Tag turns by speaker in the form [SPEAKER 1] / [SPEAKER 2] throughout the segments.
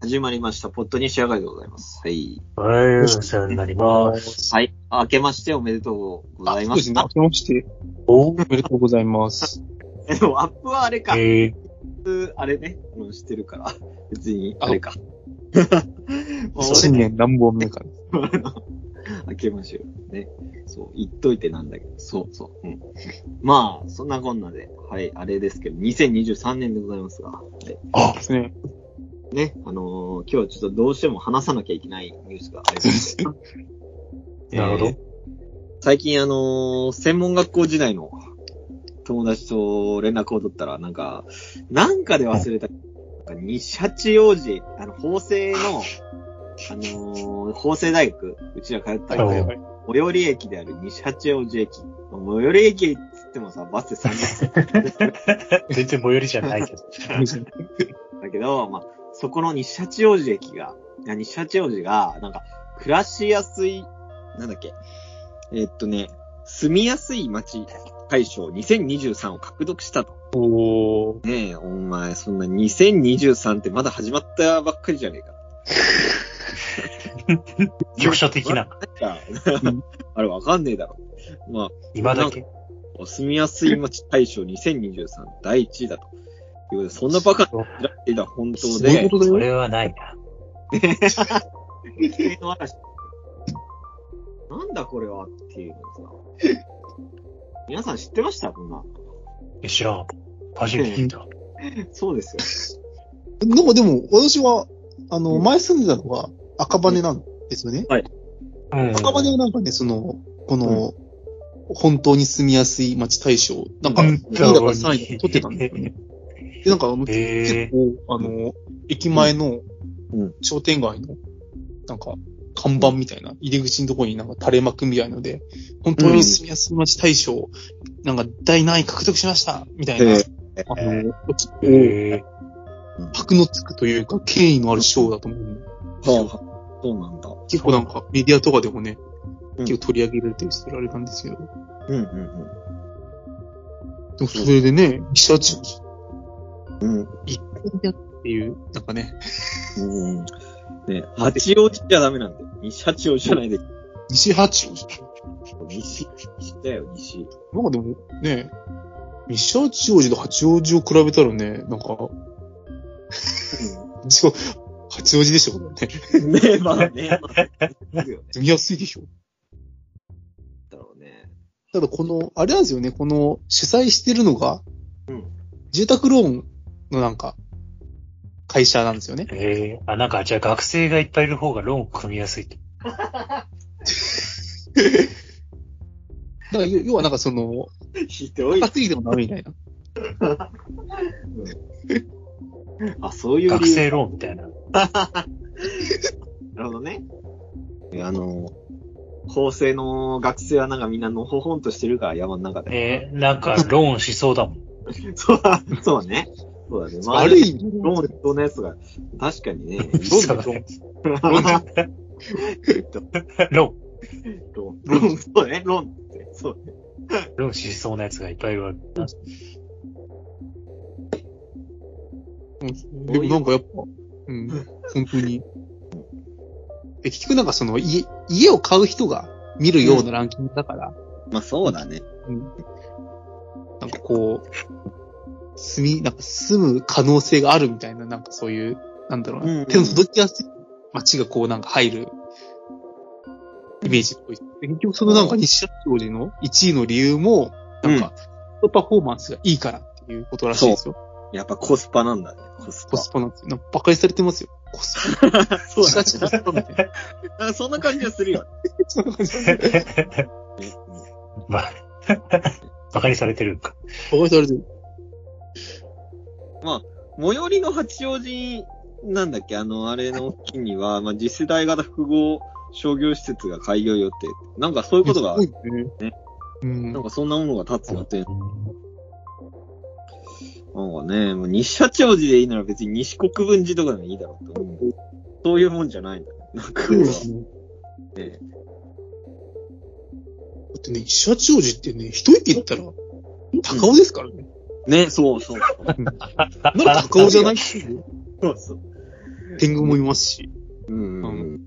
[SPEAKER 1] 始まりました。ポッドに仕上がりでございます。はい。
[SPEAKER 2] はい、お世話になります。
[SPEAKER 1] はい。明けましておめでとうございま
[SPEAKER 3] そうです
[SPEAKER 1] す
[SPEAKER 3] ね。。明けまして、
[SPEAKER 2] お
[SPEAKER 3] おめでとうござい ます。
[SPEAKER 1] えでもアップはあれか。
[SPEAKER 2] えー、
[SPEAKER 1] あれね。あの、知ってるから。別に、あれか。 もう
[SPEAKER 3] 新年何本目か。
[SPEAKER 1] 俺の明けましょう。ね。そう、言っといてなんだけど。そうそう。うん、まあ、そんなこんなで、はい、あれですけど、2023年でございますが。はい
[SPEAKER 3] あですね。
[SPEAKER 1] ね、あのー今日はちょっとどうしても話さなきゃいけないニュースがあり ます。
[SPEAKER 2] なるほど
[SPEAKER 1] えー最近、あのー専門学校時代の友達と連絡を取ったら、なんか、なんかで忘れた、なんか西八王子、あの、法政の、あのー法政大学、うちら通った
[SPEAKER 3] はい
[SPEAKER 1] 大
[SPEAKER 3] は
[SPEAKER 1] 学
[SPEAKER 3] いはい。
[SPEAKER 1] 最寄り駅である西八王子駅。最寄り駅っつってもさ、バスで30分
[SPEAKER 2] 全然最寄りじゃないけど。
[SPEAKER 1] だけど、まあ、そこの西八王子駅が、いや西八王子が、なんか、暮らしやすい、なんだっけ、えーっとね、住みやすい街大賞2023を獲得したと。
[SPEAKER 3] おー。
[SPEAKER 1] ねえ、お前、そんな2023ってまだ始まったばっかりじゃねえか。
[SPEAKER 2] 局所的な。
[SPEAKER 1] なんか あれわかんねえだろ。まあ、
[SPEAKER 2] 今だけ。
[SPEAKER 1] 住みやすい街大賞2023第1位だと。いうことで、そんなバカな
[SPEAKER 2] そ
[SPEAKER 1] 知られていた本当
[SPEAKER 3] そういう
[SPEAKER 1] で
[SPEAKER 3] こ、とだよ。
[SPEAKER 2] れはないな。
[SPEAKER 1] 平成の嵐なんだこれはっていうのさ。皆さん知ってましたこんな。
[SPEAKER 2] え、知らん。初めて聞いた。
[SPEAKER 1] そうです
[SPEAKER 3] なんかでも、私は、あの、前住んでたのは赤羽なんですよね。
[SPEAKER 2] うん。
[SPEAKER 3] 赤羽はなんかね、その、この、本当に住みやすい街大賞、なんか、
[SPEAKER 2] う
[SPEAKER 3] 2
[SPEAKER 2] ん
[SPEAKER 3] 位だから3位取ってたんですよね。で、なんか、あの
[SPEAKER 2] え
[SPEAKER 3] 結構、あの、駅前の
[SPEAKER 1] うん
[SPEAKER 3] 商店街の、なんか、看板みたいな、入り口のところになんか垂れ幕みたいので、本当に住みやすい街大賞、なんか第何位獲得しましたみたいな、
[SPEAKER 1] え
[SPEAKER 3] あの、結
[SPEAKER 2] ー、
[SPEAKER 3] 構、
[SPEAKER 2] え
[SPEAKER 3] 箔のつくというか、権威のある賞だと思う。
[SPEAKER 1] よ。はあ、そうなんだ。
[SPEAKER 3] 結構なんか、メディアとかでもね、
[SPEAKER 1] うん
[SPEAKER 3] 結構取り上げられてる人あれなんですけど、で
[SPEAKER 1] うんうん
[SPEAKER 3] もそれでね、西八王子
[SPEAKER 1] うん。うん
[SPEAKER 3] っていう、なんかね、
[SPEAKER 1] うん。ね、八王子じゃダメなんだよ。西八王子じゃないで。
[SPEAKER 3] 西八王子。
[SPEAKER 1] 西、西だよ、西。
[SPEAKER 3] なんかでも、ね、西八王子と八王子を比べたらね、なんか、違う、八王子でしょ、これね。
[SPEAKER 1] ねえ、まあね、まあ、ね。
[SPEAKER 3] 住みやすいでしょ。
[SPEAKER 1] だろう ね。
[SPEAKER 3] ただこの、あれなんですよね、この主催してるのが、
[SPEAKER 1] うん
[SPEAKER 3] 住宅ローンのなんか、会社なんですよ ね
[SPEAKER 2] ー、。えー、あ、なんか、じゃあ学生がいっぱいいる方がローン組みやすいと。
[SPEAKER 3] だから要要はなんかその、
[SPEAKER 1] ひどい
[SPEAKER 3] 高。すぎてもダメみたいな。
[SPEAKER 1] あ、そういう
[SPEAKER 2] 学
[SPEAKER 1] 理由。
[SPEAKER 2] 生ローンみたいな。
[SPEAKER 1] なるほどね。あの、法政の学生はなんかみんなのほほんとしてるから、山の中で。
[SPEAKER 2] えー、なんか、ローンしそうだも ん。
[SPEAKER 1] そうだ、そうだね。そうだね。まあ、
[SPEAKER 3] ある意味、
[SPEAKER 1] ローンでそんなやつが、確かにね。
[SPEAKER 3] ローンだローン
[SPEAKER 1] ローン、
[SPEAKER 2] ロ
[SPEAKER 1] ローン、ローン、そうね、ローンって。そうね。
[SPEAKER 2] ーン、ローンしそうなやつがいっぱいいるわけ。
[SPEAKER 3] うんでもなんかやっぱ、うん、本当に。で結局なんかその家、家を買う人が見るようなランキングだから、
[SPEAKER 1] まあそうだね。
[SPEAKER 3] なんかこう、住み、なんか住む可能性があるみたいな、なんかそういう、なんだろうな、
[SPEAKER 1] うんうん
[SPEAKER 3] 手の届きやすい街がこうなんか入るイメージっぽい。で結局そのなんか西社長寺の1位の理由も、なんか、パフォーマンスがいいからっていうことらしいですよ。
[SPEAKER 1] やっぱコスパなんだね。コス
[SPEAKER 3] コスパなんですよ。なんかバカにされてますよ。コスパ。
[SPEAKER 1] パ。そう
[SPEAKER 3] チ
[SPEAKER 1] だ
[SPEAKER 3] ラ
[SPEAKER 1] ね
[SPEAKER 3] チラスパみたいな。
[SPEAKER 1] なんかそんな感じがするよ。
[SPEAKER 3] そんな感じ。
[SPEAKER 1] ね
[SPEAKER 2] ば、 バカにされてるか。
[SPEAKER 3] バカ にされてる。
[SPEAKER 1] 最寄りの八王子、なんだっけ、あの、あれの木には、まあ次世代型複合商業施設が開業予定。なんかそういうことが
[SPEAKER 3] す、ごいね。うん。
[SPEAKER 1] なんかそんなものが立つ予定なんかね、もう西八王子でいいなら別に西国分寺とかでもいいだろうと思う。そういうもんじゃないんだね。なんか、
[SPEAKER 3] そうですね。だってね、石八王子ってね、一息言ったら、高尾ですからね。
[SPEAKER 1] ね、そうそう。
[SPEAKER 3] なら高尾じゃない
[SPEAKER 1] そうそう。
[SPEAKER 3] 天狗もいますし、
[SPEAKER 1] うんうんうん。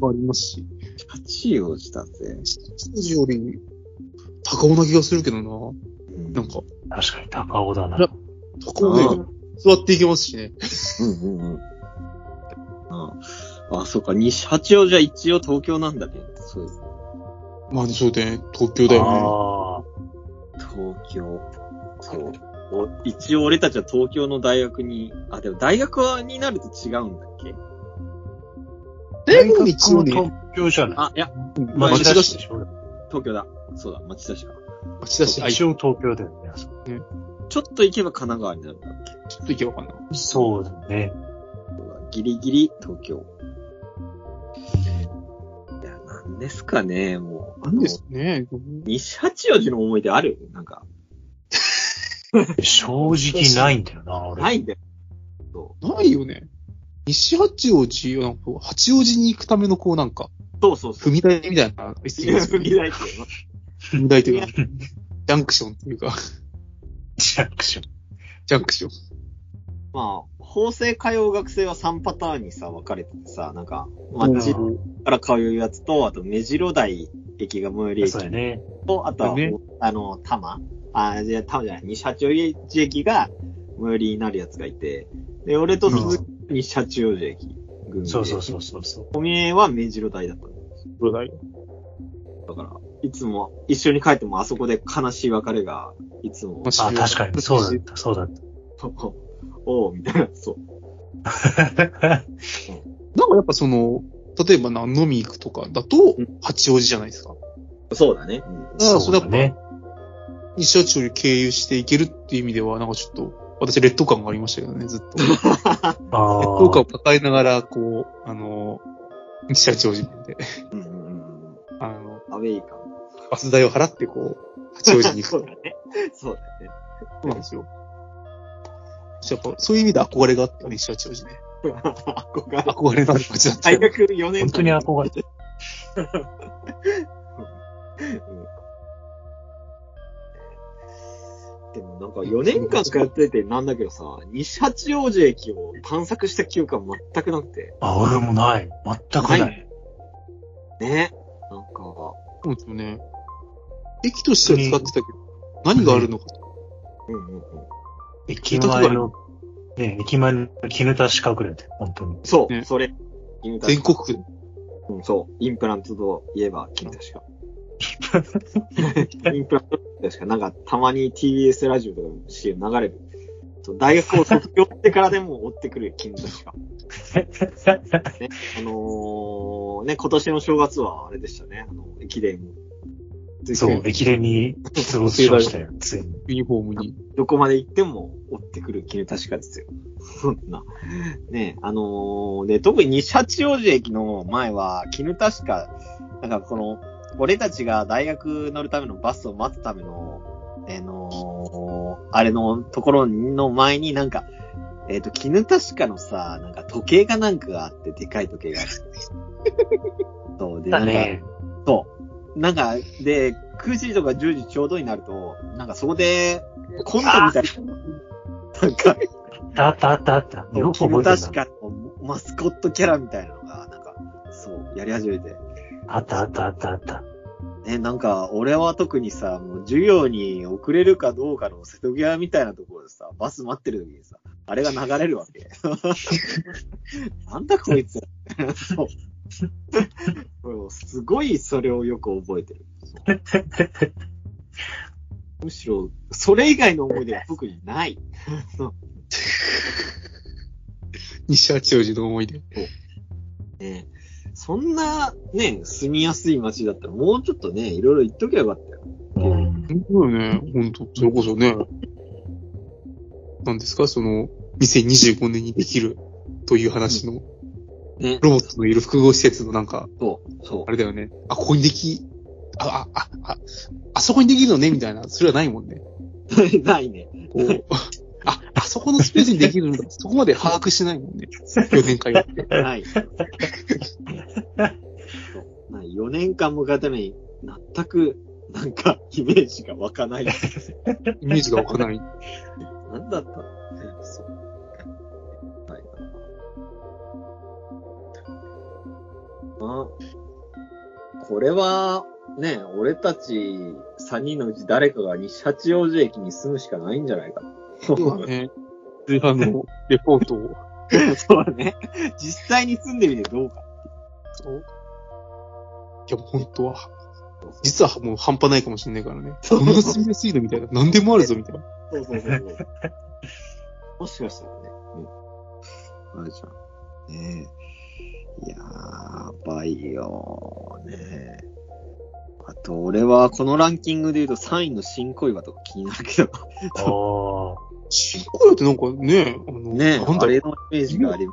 [SPEAKER 3] もありますし、
[SPEAKER 1] 八王子だぜ。
[SPEAKER 3] 八王子より高尾な気がするけどな。
[SPEAKER 1] うん
[SPEAKER 3] なんか、
[SPEAKER 2] 確かに高尾だな。
[SPEAKER 3] な高尾で座っていけますしね。
[SPEAKER 1] うんうんうん。ああ、あそうか。西八王子は一応東京なんだね。そうです。
[SPEAKER 3] まあ、そうだよね。東京だよね。
[SPEAKER 2] あ
[SPEAKER 1] 東京。そう。お一応俺たちは東京の大学に、あ、でも大学はになると違うんだっけ
[SPEAKER 2] あ。
[SPEAKER 3] 大学一応ね、
[SPEAKER 2] 東京じゃない。
[SPEAKER 1] あ、いや、
[SPEAKER 3] うん
[SPEAKER 2] 町
[SPEAKER 3] 町
[SPEAKER 2] 田
[SPEAKER 3] 田
[SPEAKER 2] 市
[SPEAKER 3] 市
[SPEAKER 2] で、しょ。
[SPEAKER 1] 東京だ。そうだ、町田市か。
[SPEAKER 3] 町田市、あ、
[SPEAKER 2] 一
[SPEAKER 3] ちょ
[SPEAKER 2] 応東京だよね。
[SPEAKER 1] ちょっと行けば神奈川になるんだっけ
[SPEAKER 3] っと行けばわかんない。
[SPEAKER 2] そうだね。
[SPEAKER 1] そうだギリギリ東京。いや、なんですかね、もう。
[SPEAKER 3] なんですかね。
[SPEAKER 1] 西八王子の思い出あるなんか、
[SPEAKER 2] 正直ないんだよな、俺。
[SPEAKER 1] ないんだよ。
[SPEAKER 3] ないよね。西八王子、なんかこう、八王子に行くためのこうなんか、
[SPEAKER 1] そうそうそう。
[SPEAKER 3] 踏み台みたいな、
[SPEAKER 1] いや 踏み台っていうの
[SPEAKER 3] 踏み台というか、ジャンクションというか、
[SPEAKER 2] ジャンクション。
[SPEAKER 3] ジャンクション。
[SPEAKER 1] まあ、法制通う学生は3パターンにさ、分かれててさ、なんか、
[SPEAKER 3] うん
[SPEAKER 1] 町から通うやつと、あと、目白台駅が最寄り駅
[SPEAKER 2] そうだね。
[SPEAKER 1] と、あとは、
[SPEAKER 3] ね
[SPEAKER 1] あの、多摩あ、じゃあ多摩じゃない、西八王子駅が最寄りになるやつがいて、で、俺と鈴木が西八王子駅。群馬
[SPEAKER 2] そうそうそうそうそう。
[SPEAKER 1] お見えは目白台だったの。だから、いつも一緒に帰ってもあそこで悲しい別れが、いつも、
[SPEAKER 2] あ、確かに。そうだった、そうだっ
[SPEAKER 1] おう、みたいな、そう。
[SPEAKER 2] た。
[SPEAKER 3] なんかやっぱその、例えばな、飲み行くとかだと、八王子じゃないですか。
[SPEAKER 1] そうだね。
[SPEAKER 3] だからそれ
[SPEAKER 2] う
[SPEAKER 3] や
[SPEAKER 2] だ
[SPEAKER 3] っぱ、
[SPEAKER 2] ね。
[SPEAKER 3] 西八王子を経由していけるっていう意味では、なんかちょっと、私、劣等感がありましたけどね、ずっと。劣
[SPEAKER 2] あ
[SPEAKER 3] 等感
[SPEAKER 2] あ
[SPEAKER 3] を。抱えながら、こう、あの、西八王子まで、
[SPEAKER 1] うんうんうんうん。
[SPEAKER 3] あの、
[SPEAKER 1] アウェイ感。
[SPEAKER 3] バス代を払って、こう、八王子に行く。
[SPEAKER 1] そ
[SPEAKER 3] そう
[SPEAKER 1] だね。そうだね。
[SPEAKER 3] うなんですよ。やっぱ、 そういう意味で憧れがあったよね、西八王子ね。
[SPEAKER 1] 憧れ。
[SPEAKER 3] 憧れのある街だった
[SPEAKER 1] 大
[SPEAKER 3] よ。
[SPEAKER 1] 学4年
[SPEAKER 2] 本当に憧れてる。
[SPEAKER 1] でもなんか4年間通っててなんだけどさ、西八王子駅を探索した記憶が全くなくて。
[SPEAKER 2] あ、俺もない。全くない。
[SPEAKER 1] ね。なんか、
[SPEAKER 3] そうですよね。駅としては使ってたけど、何があるのか。
[SPEAKER 1] うんうんうん。
[SPEAKER 2] 駅前の、ね、駅前の絹田市隠れて、本当 に。
[SPEAKER 1] そう、
[SPEAKER 3] ね
[SPEAKER 1] それ。金田
[SPEAKER 3] 全国区
[SPEAKER 1] うんそう。インプラントといえば金田しか。インプラントでしか、なんかたまに TBS ラジオとかの CM 流れる。そう大学を卒業してからでも追ってくるよ、金田しか。ね、あのー、ね、今年の正月はあれでしたね、あの、駅伝。
[SPEAKER 2] そう、駅伝に出没しました よ、ついに。
[SPEAKER 3] ユニフォームに。
[SPEAKER 1] どこまで行っても追ってくる絹確かですよ。そんな。ねあのー、で、特に西八王子駅の前は、絹確か、なんかこの、俺たちが大学乗るためのバスを待つための、あのーあれのところの前になんか、えっ、と、絹確かのさ、なんか時計がなんかがあって、でかい時計があ って。そう、で、な
[SPEAKER 2] だ
[SPEAKER 1] んか、
[SPEAKER 2] ね。
[SPEAKER 1] そう。なんか、で、9時とか10時ちょうどになると、なんかそこで、コントみたいな。なんか、
[SPEAKER 2] あったあったあった。よく覚えて
[SPEAKER 1] 確
[SPEAKER 2] るな。
[SPEAKER 1] かマスコットキャラみたいなのが、なんか、そう、やり始めて。
[SPEAKER 2] あったあったあったあ った。
[SPEAKER 1] ね、なんか、俺は特にさ、もう授業に遅れるかどうかの瀬戸際みたいなところでさ、バス待ってる時にさ、あれが流れるわけ。なんだこいつら。そう。そうすごいそれをよく覚えてる。むしろ、それ以外の思い出は特にない。
[SPEAKER 3] 西八王子の思い出。
[SPEAKER 1] ね、そんな、ね、住みやすい街だったら、もうちょっとね、いろいろ言っときゃよかったよ。
[SPEAKER 2] うん。
[SPEAKER 3] そうよね、ほんと。それこそね。なんですかその、2025年にできるという話の、
[SPEAKER 1] ね、
[SPEAKER 3] ロボットのいる複合施設のなんか、
[SPEAKER 1] そう、そう
[SPEAKER 3] あ。れだよね。あ、ここにでき、あ、あ、あ、あ、あそこにできるのねみたいな。それはないもんね。
[SPEAKER 1] ないね。
[SPEAKER 3] こう、 あ、あそこのスペースにできるんだ。そこまで把握してないもんね。4年間やって。
[SPEAKER 1] はい。そうまあ4年間もかために、全く、なんか、イメージが湧かない。
[SPEAKER 3] イメージがわからない。
[SPEAKER 1] なんだったのそう。はい。まあ、これは、ね、俺たち3人のうち誰かが西八王子駅に住むしかないんじゃないか。
[SPEAKER 3] そうだね。通販のレポートを。
[SPEAKER 1] そうだね。実際に住んでみてどうか。
[SPEAKER 3] そう。いや、もう本当は。実はもう半端ないかもしれないからね。こんな住みやすいのみたいな。何でもあるぞみたいな。
[SPEAKER 1] そうそうそうそう。もしかしたらね。うん、あれじゃん。ねえ。やばいよーねえ。あと、俺はこのランキングで言うと3位の新小岩とか気になるけど。
[SPEAKER 2] ああ。
[SPEAKER 3] 新小屋ってなんかね、あの、
[SPEAKER 1] ねえ、
[SPEAKER 3] なんだ
[SPEAKER 1] あ
[SPEAKER 3] ろ
[SPEAKER 1] れのイメージがありま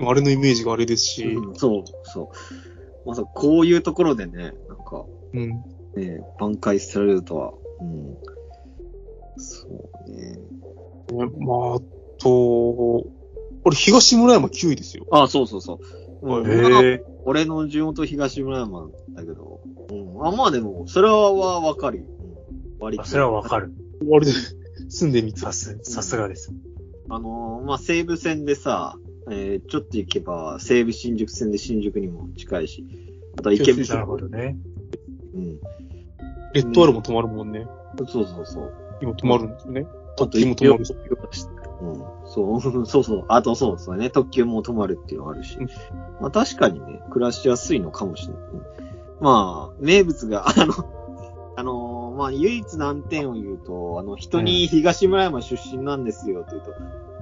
[SPEAKER 3] うあれのイメージがあれですし、
[SPEAKER 1] す。
[SPEAKER 3] うん。
[SPEAKER 1] うんそうそう。まさかこういうところでね、なんか、ね、挽回されるとは。うん。そうね。
[SPEAKER 3] まあ、あと、これ東村山9位ですよ。
[SPEAKER 1] あ、そうそうそう。うん
[SPEAKER 3] へ
[SPEAKER 1] まあ
[SPEAKER 2] ええ。
[SPEAKER 1] 俺の地元東村山だけど。うん。あ、まあでも、それはわかるよ。うん、割
[SPEAKER 2] あ
[SPEAKER 1] と。
[SPEAKER 2] それはわかる。
[SPEAKER 3] あれで、住んでみて
[SPEAKER 2] さ。す、さすがです。
[SPEAKER 1] あのーまあ、西武線でさ、えーちょっと行けば、西武新宿線で新宿にも近いし、あと池
[SPEAKER 2] なる
[SPEAKER 1] 袋。
[SPEAKER 2] ほどね。
[SPEAKER 1] うん。
[SPEAKER 3] レッドアルも泊まるもんね。
[SPEAKER 1] そうそうそう。
[SPEAKER 3] 今泊まるんですよね。
[SPEAKER 1] あと
[SPEAKER 3] 今
[SPEAKER 1] 池
[SPEAKER 3] 泊まる
[SPEAKER 1] 袋。うん。そう、そうそう。あとそうそうね。特急も止まるっていうのもあるし
[SPEAKER 3] うん。
[SPEAKER 1] まあ確かにね、暮らしやすいのかもしれない。まあ、名物が、あの、あのーまあ唯一難点を言うと、あの、人に東村山出身なんですよって言うと、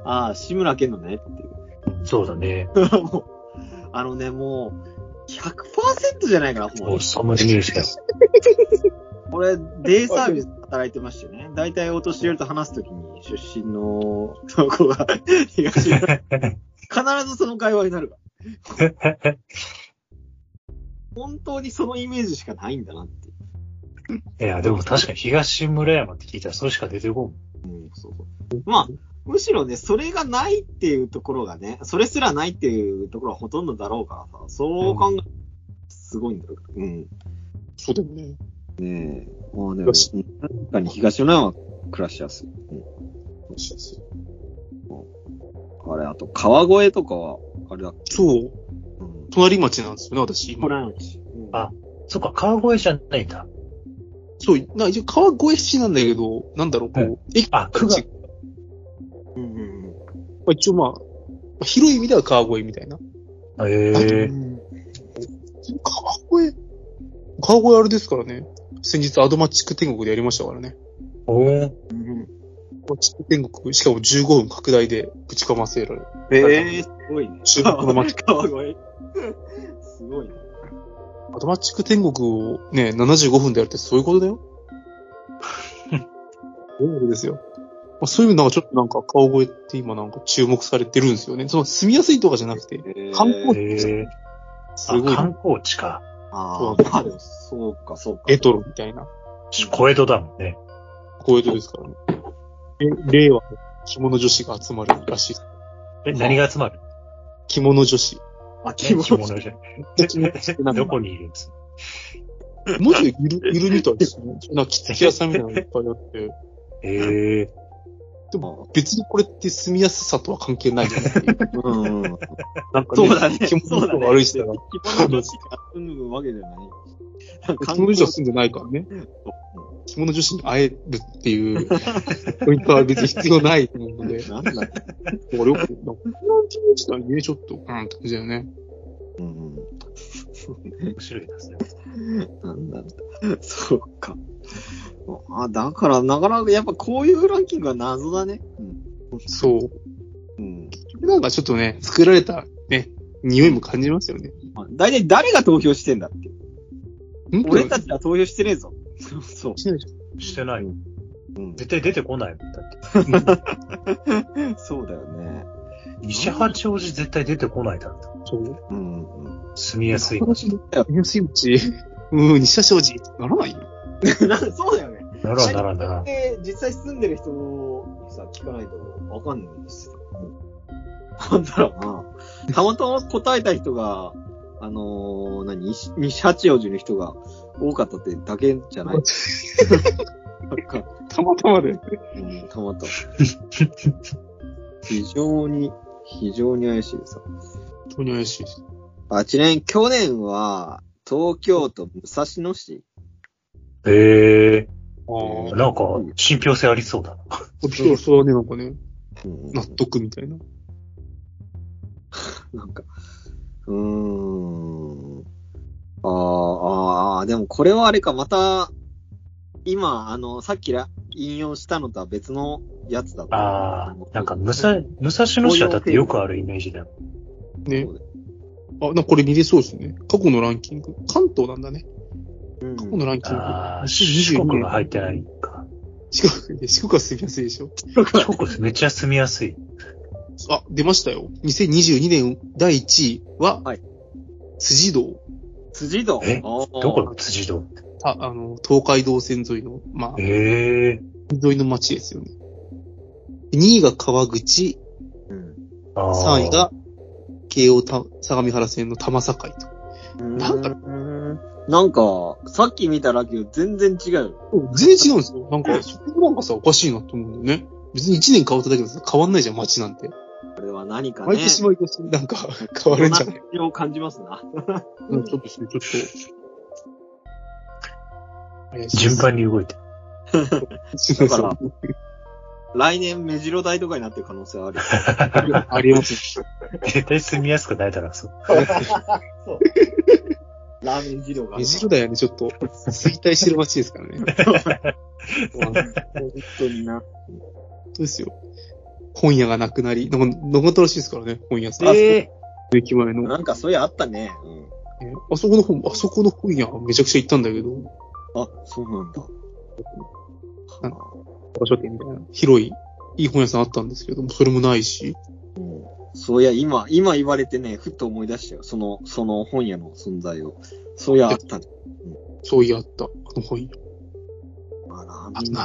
[SPEAKER 1] ああ、志村けんのねっていう。
[SPEAKER 2] そうだね。
[SPEAKER 1] もうあのね、もう、100%じゃないかな、ほ
[SPEAKER 2] お
[SPEAKER 1] ぼ
[SPEAKER 2] う、。そんなにしたよ。
[SPEAKER 1] これ、デイサービスで働いてましたよね。大体お年寄りと話すときに、出身の子が、東村必ずその会話になるから。 本当にそのイメージしかないんだなって。
[SPEAKER 2] いや、でも確かに東村山って聞いたらそれしか出てこ
[SPEAKER 1] う
[SPEAKER 2] ん。
[SPEAKER 1] ん、そうそう。まあ、むしろね、それがないっていうところがね、それすらないっていうところはほとんどだろうからさ、そう考え、すごいんだよ。うん。
[SPEAKER 3] そうだよね。
[SPEAKER 1] ねえ。まあでも、
[SPEAKER 3] よし
[SPEAKER 1] 確かに東村山は暮らしやすい。うん、あれ、あと川越とかは、あれだっけ、
[SPEAKER 3] そう。
[SPEAKER 1] うん、
[SPEAKER 3] 隣町なんですよね、私。今
[SPEAKER 1] らんし。うん
[SPEAKER 2] あそっか、川越じゃないんだ。
[SPEAKER 3] そう、な一応川越市なんだけど、なんだろう、こ
[SPEAKER 2] は
[SPEAKER 3] う、駅
[SPEAKER 2] あ区が
[SPEAKER 3] ま
[SPEAKER 1] うんうんうん。
[SPEAKER 3] あ、一応まあ、まあ広い意味では川越みたいな。
[SPEAKER 2] ええ。
[SPEAKER 3] 川越、川越あれですからね。先日アドマッチック天国でやりましたからね。
[SPEAKER 2] おー
[SPEAKER 3] アドマッチック天国、しかも15分拡大でぶちかませられる。
[SPEAKER 1] ええすご いね。
[SPEAKER 3] 中国の街
[SPEAKER 1] 川越。すごいね。
[SPEAKER 3] アドマッチック天国をね、75分でやるってそういうことだよ。そういうことですよ。まあ、そういう意味でなんかちょっとなんか川越って今なんか注目されてるんですよね。その住みやすいとかじゃなくて、観光地
[SPEAKER 1] 地。
[SPEAKER 2] ええ。
[SPEAKER 3] す
[SPEAKER 2] あ
[SPEAKER 3] ごい
[SPEAKER 2] 観光地か。
[SPEAKER 1] ああ、まあでも、そうか、そうか。
[SPEAKER 3] レトロみたいな。
[SPEAKER 2] 小江戸だもんね。
[SPEAKER 3] 小江戸ですからね。れ令和の着物女子が集まるらしい。
[SPEAKER 2] え、何が集まる
[SPEAKER 3] 着物女子。
[SPEAKER 1] あ、
[SPEAKER 2] 着
[SPEAKER 1] 着物
[SPEAKER 2] 物じゃん。どこにいるんですか
[SPEAKER 3] もうちょいいる、いるみたいですね。なんか着付け屋さんみたいなのがいっぱいあって。
[SPEAKER 2] ええ。
[SPEAKER 3] でも別にこれって住みやすさとは関係ないよねっていう。
[SPEAKER 1] うん。
[SPEAKER 3] なんか
[SPEAKER 1] そうだね。
[SPEAKER 3] 着
[SPEAKER 1] そう
[SPEAKER 3] 物
[SPEAKER 1] だ
[SPEAKER 3] と
[SPEAKER 1] ね。
[SPEAKER 3] か歩いてたら、
[SPEAKER 1] 着物女子が住むわけじゃない。
[SPEAKER 3] 着物女子は住んでないからね。着物女子に会えるっていう、ポイントは別に必要ないと思うので。
[SPEAKER 1] なんだ
[SPEAKER 3] 俺よく、なんか着物女子だね、ちょっと。うん、って感じだよね。
[SPEAKER 1] うん。
[SPEAKER 2] 面白いですね。
[SPEAKER 1] なんだそうか。あ、だから、なかなか、やっぱこういうランキングは謎だね。
[SPEAKER 3] そう。
[SPEAKER 1] うん。うん。
[SPEAKER 3] なんかちょっとね、作られたね、匂いも感じますよね。
[SPEAKER 1] まあ大体誰が投票してんだって。俺た
[SPEAKER 3] ち
[SPEAKER 1] ちは投票してねえぞ。そう。
[SPEAKER 2] してないよ。
[SPEAKER 1] うん、
[SPEAKER 2] 絶対出てこないもん。だって。
[SPEAKER 1] そうだよね。
[SPEAKER 2] 西八王子絶対出てこないだろ。
[SPEAKER 3] そう。
[SPEAKER 1] うんうん。
[SPEAKER 2] 住みやすい。
[SPEAKER 3] 話だよ。ニュースイッチ。うん、西田正治ならないよ。
[SPEAKER 1] なんそうだよね。
[SPEAKER 2] ならんならんならん。
[SPEAKER 1] で、実際住んでる人にさ、聞かないとわかんないんですよ。なんだろう な。たまたま答えた人が、あのー、何、西西八王子の人が多かったってだけじゃ ないなんか
[SPEAKER 3] たまたまで。
[SPEAKER 1] うん、たまたま。非常に、非常に怪しいです。
[SPEAKER 3] 本当に怪しいです。
[SPEAKER 1] あ、ちなみに去年は、東京都武蔵野市。
[SPEAKER 2] ええ
[SPEAKER 3] あ
[SPEAKER 2] なんか、信憑性ありそうだな。
[SPEAKER 3] あ、そうそうね、なんかね、
[SPEAKER 1] うん
[SPEAKER 3] 納得みたいな。
[SPEAKER 1] なんか、うーん。あーあー、でもこれはあれか、また、今、あの、さっきら引用したのとは別のやつだった。
[SPEAKER 2] ああ、なんか、武蔵、武蔵野市はだってよくあるイメージだよ。
[SPEAKER 1] ね
[SPEAKER 3] ね。あ、なんかこれ見れそうですね。過去のランキング。関東なんだね。
[SPEAKER 1] うん
[SPEAKER 3] 過去のランキング。
[SPEAKER 2] ああ、四国が入ってないか。
[SPEAKER 3] 四国、いや四国は住みやすいでしょ。
[SPEAKER 2] 四国めっちゃ住みやすい。
[SPEAKER 3] あ、出ましたよ。2022年第1位は、
[SPEAKER 1] はい
[SPEAKER 3] 辻堂。
[SPEAKER 1] 辻堂
[SPEAKER 2] えど
[SPEAKER 1] ど
[SPEAKER 2] こだ辻堂って。
[SPEAKER 3] ああの、東海道線沿いの、まあ、
[SPEAKER 2] ええ
[SPEAKER 3] 沿いの町ですよね。2位が川口、
[SPEAKER 1] うん。
[SPEAKER 2] ああ
[SPEAKER 3] 3位が慶応た相模原線の玉境と。なんか
[SPEAKER 1] うんなんか、さっき見たラけど全然違う。
[SPEAKER 3] 全然違うんですよ。なんか、そこなんかさ、おかしいなと思うんだよね。別に1年変わっただけでさ、変わんないじゃん、町なんて。
[SPEAKER 1] これは何かね。
[SPEAKER 3] 毎年毎年、なんか、 変わるんじゃない
[SPEAKER 1] 同じを感じますな。
[SPEAKER 3] うんちょっと、ちょっと。
[SPEAKER 2] 順番に動いてる。
[SPEAKER 3] だ
[SPEAKER 1] だから来年、目白大とかになってる可能性 はある。
[SPEAKER 3] ありえます。
[SPEAKER 2] 絶対住みやすくないだろ、そう。
[SPEAKER 1] そう。ラーメン二郎が。
[SPEAKER 3] 目白台はね、ちょっと、衰退してる街ですからね。
[SPEAKER 1] 本当にな。
[SPEAKER 3] 本当ですよ。本屋がなくなり、なんか、残ったらしいですからね、本屋さん。
[SPEAKER 1] え
[SPEAKER 3] 駅前の。
[SPEAKER 1] なんかそういうあったね。うん。
[SPEAKER 3] ねあそこの本、あそこの本屋めちゃくちゃ行ったんだけど、
[SPEAKER 1] あ、そうなんだ。
[SPEAKER 3] なん場所店みたいな。広い、いい本屋さんあったんですけども、それもないし。
[SPEAKER 1] そういや、今、今言われてね、ふっと思い出したよ。その、その本屋の存在を。そういや、あったね。
[SPEAKER 3] そういやあった、あの本屋。
[SPEAKER 1] あラ
[SPEAKER 3] あ
[SPEAKER 1] ーメン
[SPEAKER 3] な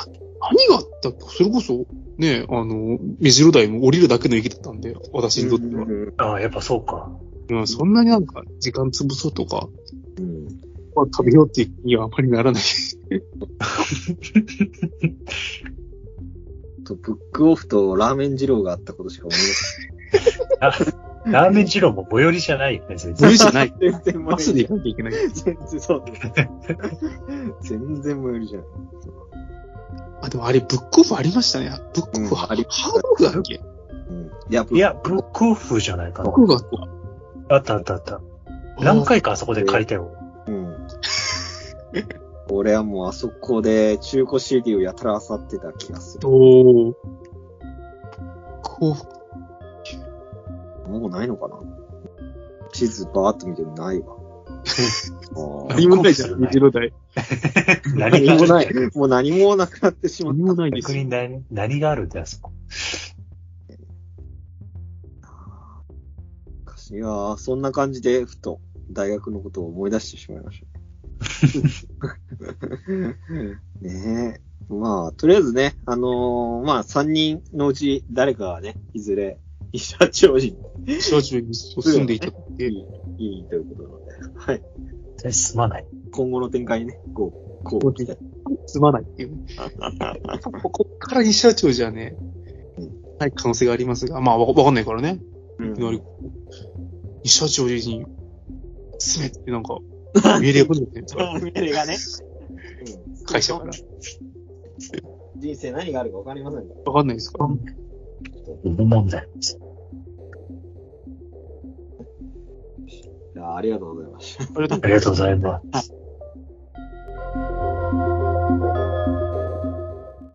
[SPEAKER 3] 何があったって、それこそ、ね、あの、目白台も降りるだけの駅だったんで、私にとっては。
[SPEAKER 1] うん
[SPEAKER 2] ああ、やっぱそうか。
[SPEAKER 3] うん、そんなになんか、時間潰そうとか、
[SPEAKER 1] うん。
[SPEAKER 3] まあ、食べようっていう気にはあまりならない。
[SPEAKER 1] と、ブックオフとラーメン二郎があったことしか思い出せ
[SPEAKER 2] ラーメン二郎も最寄りじゃないよね、全
[SPEAKER 3] 無
[SPEAKER 2] 然
[SPEAKER 3] 理じゃない。
[SPEAKER 1] ない。全然無
[SPEAKER 3] バス
[SPEAKER 1] 理
[SPEAKER 3] で
[SPEAKER 1] じゃ
[SPEAKER 3] 行かなきゃいけない。
[SPEAKER 1] ん。全然そう。 全然無理じゃん。
[SPEAKER 3] あ、でもあれ、ブックオフありましたね。ブックオフ、
[SPEAKER 1] うん
[SPEAKER 3] ハ
[SPEAKER 1] あり
[SPEAKER 3] ハードオフだっけブ
[SPEAKER 1] うん。いや、ブ
[SPEAKER 2] いや、ブックオフじゃないかな
[SPEAKER 3] ッ。クオフが
[SPEAKER 2] あったあったあった。何回かあそこで借りたよ。
[SPEAKER 1] うん。俺はもうあそこで中古 CD をやたら漁ってた気がする。
[SPEAKER 3] おー。こう、
[SPEAKER 1] もうないのかな地図バーっと見てもないわ。あ
[SPEAKER 3] 何もないじゃん、
[SPEAKER 2] ブッ
[SPEAKER 3] 目
[SPEAKER 2] ク
[SPEAKER 3] 白台。
[SPEAKER 1] ー何
[SPEAKER 2] 何があ
[SPEAKER 1] も
[SPEAKER 2] る
[SPEAKER 1] ない。 もう何もなくなってしまっ
[SPEAKER 3] 何もないです
[SPEAKER 2] 逆。に何何があるんだよ、あそこ。
[SPEAKER 1] た。いやー、そんな感じで、ふと大学のことを思い出してしまいま した。ねえ。まあ、とりあえずね、あのーまあ、3人のうち誰かがね、いずれ、石田長に
[SPEAKER 3] 少女に住んでいたって。
[SPEAKER 1] いいということなので、はい。
[SPEAKER 2] 絶対住まない。
[SPEAKER 1] 今後の展開にね、こう、こう期待。
[SPEAKER 3] すまないって いう。ここから西社長じゃね、ない可能性がありますが、まあわわかんないからね。いきなり、西社長に住めってなんか、命令が来るんですよね。
[SPEAKER 1] 命令がね、
[SPEAKER 3] 会社から。
[SPEAKER 1] 人生何があるかわかりませんか
[SPEAKER 3] わかんないですか
[SPEAKER 2] 重問題。
[SPEAKER 1] ら。ありがとうございました。
[SPEAKER 3] ありがとう
[SPEAKER 2] ありがとうございます。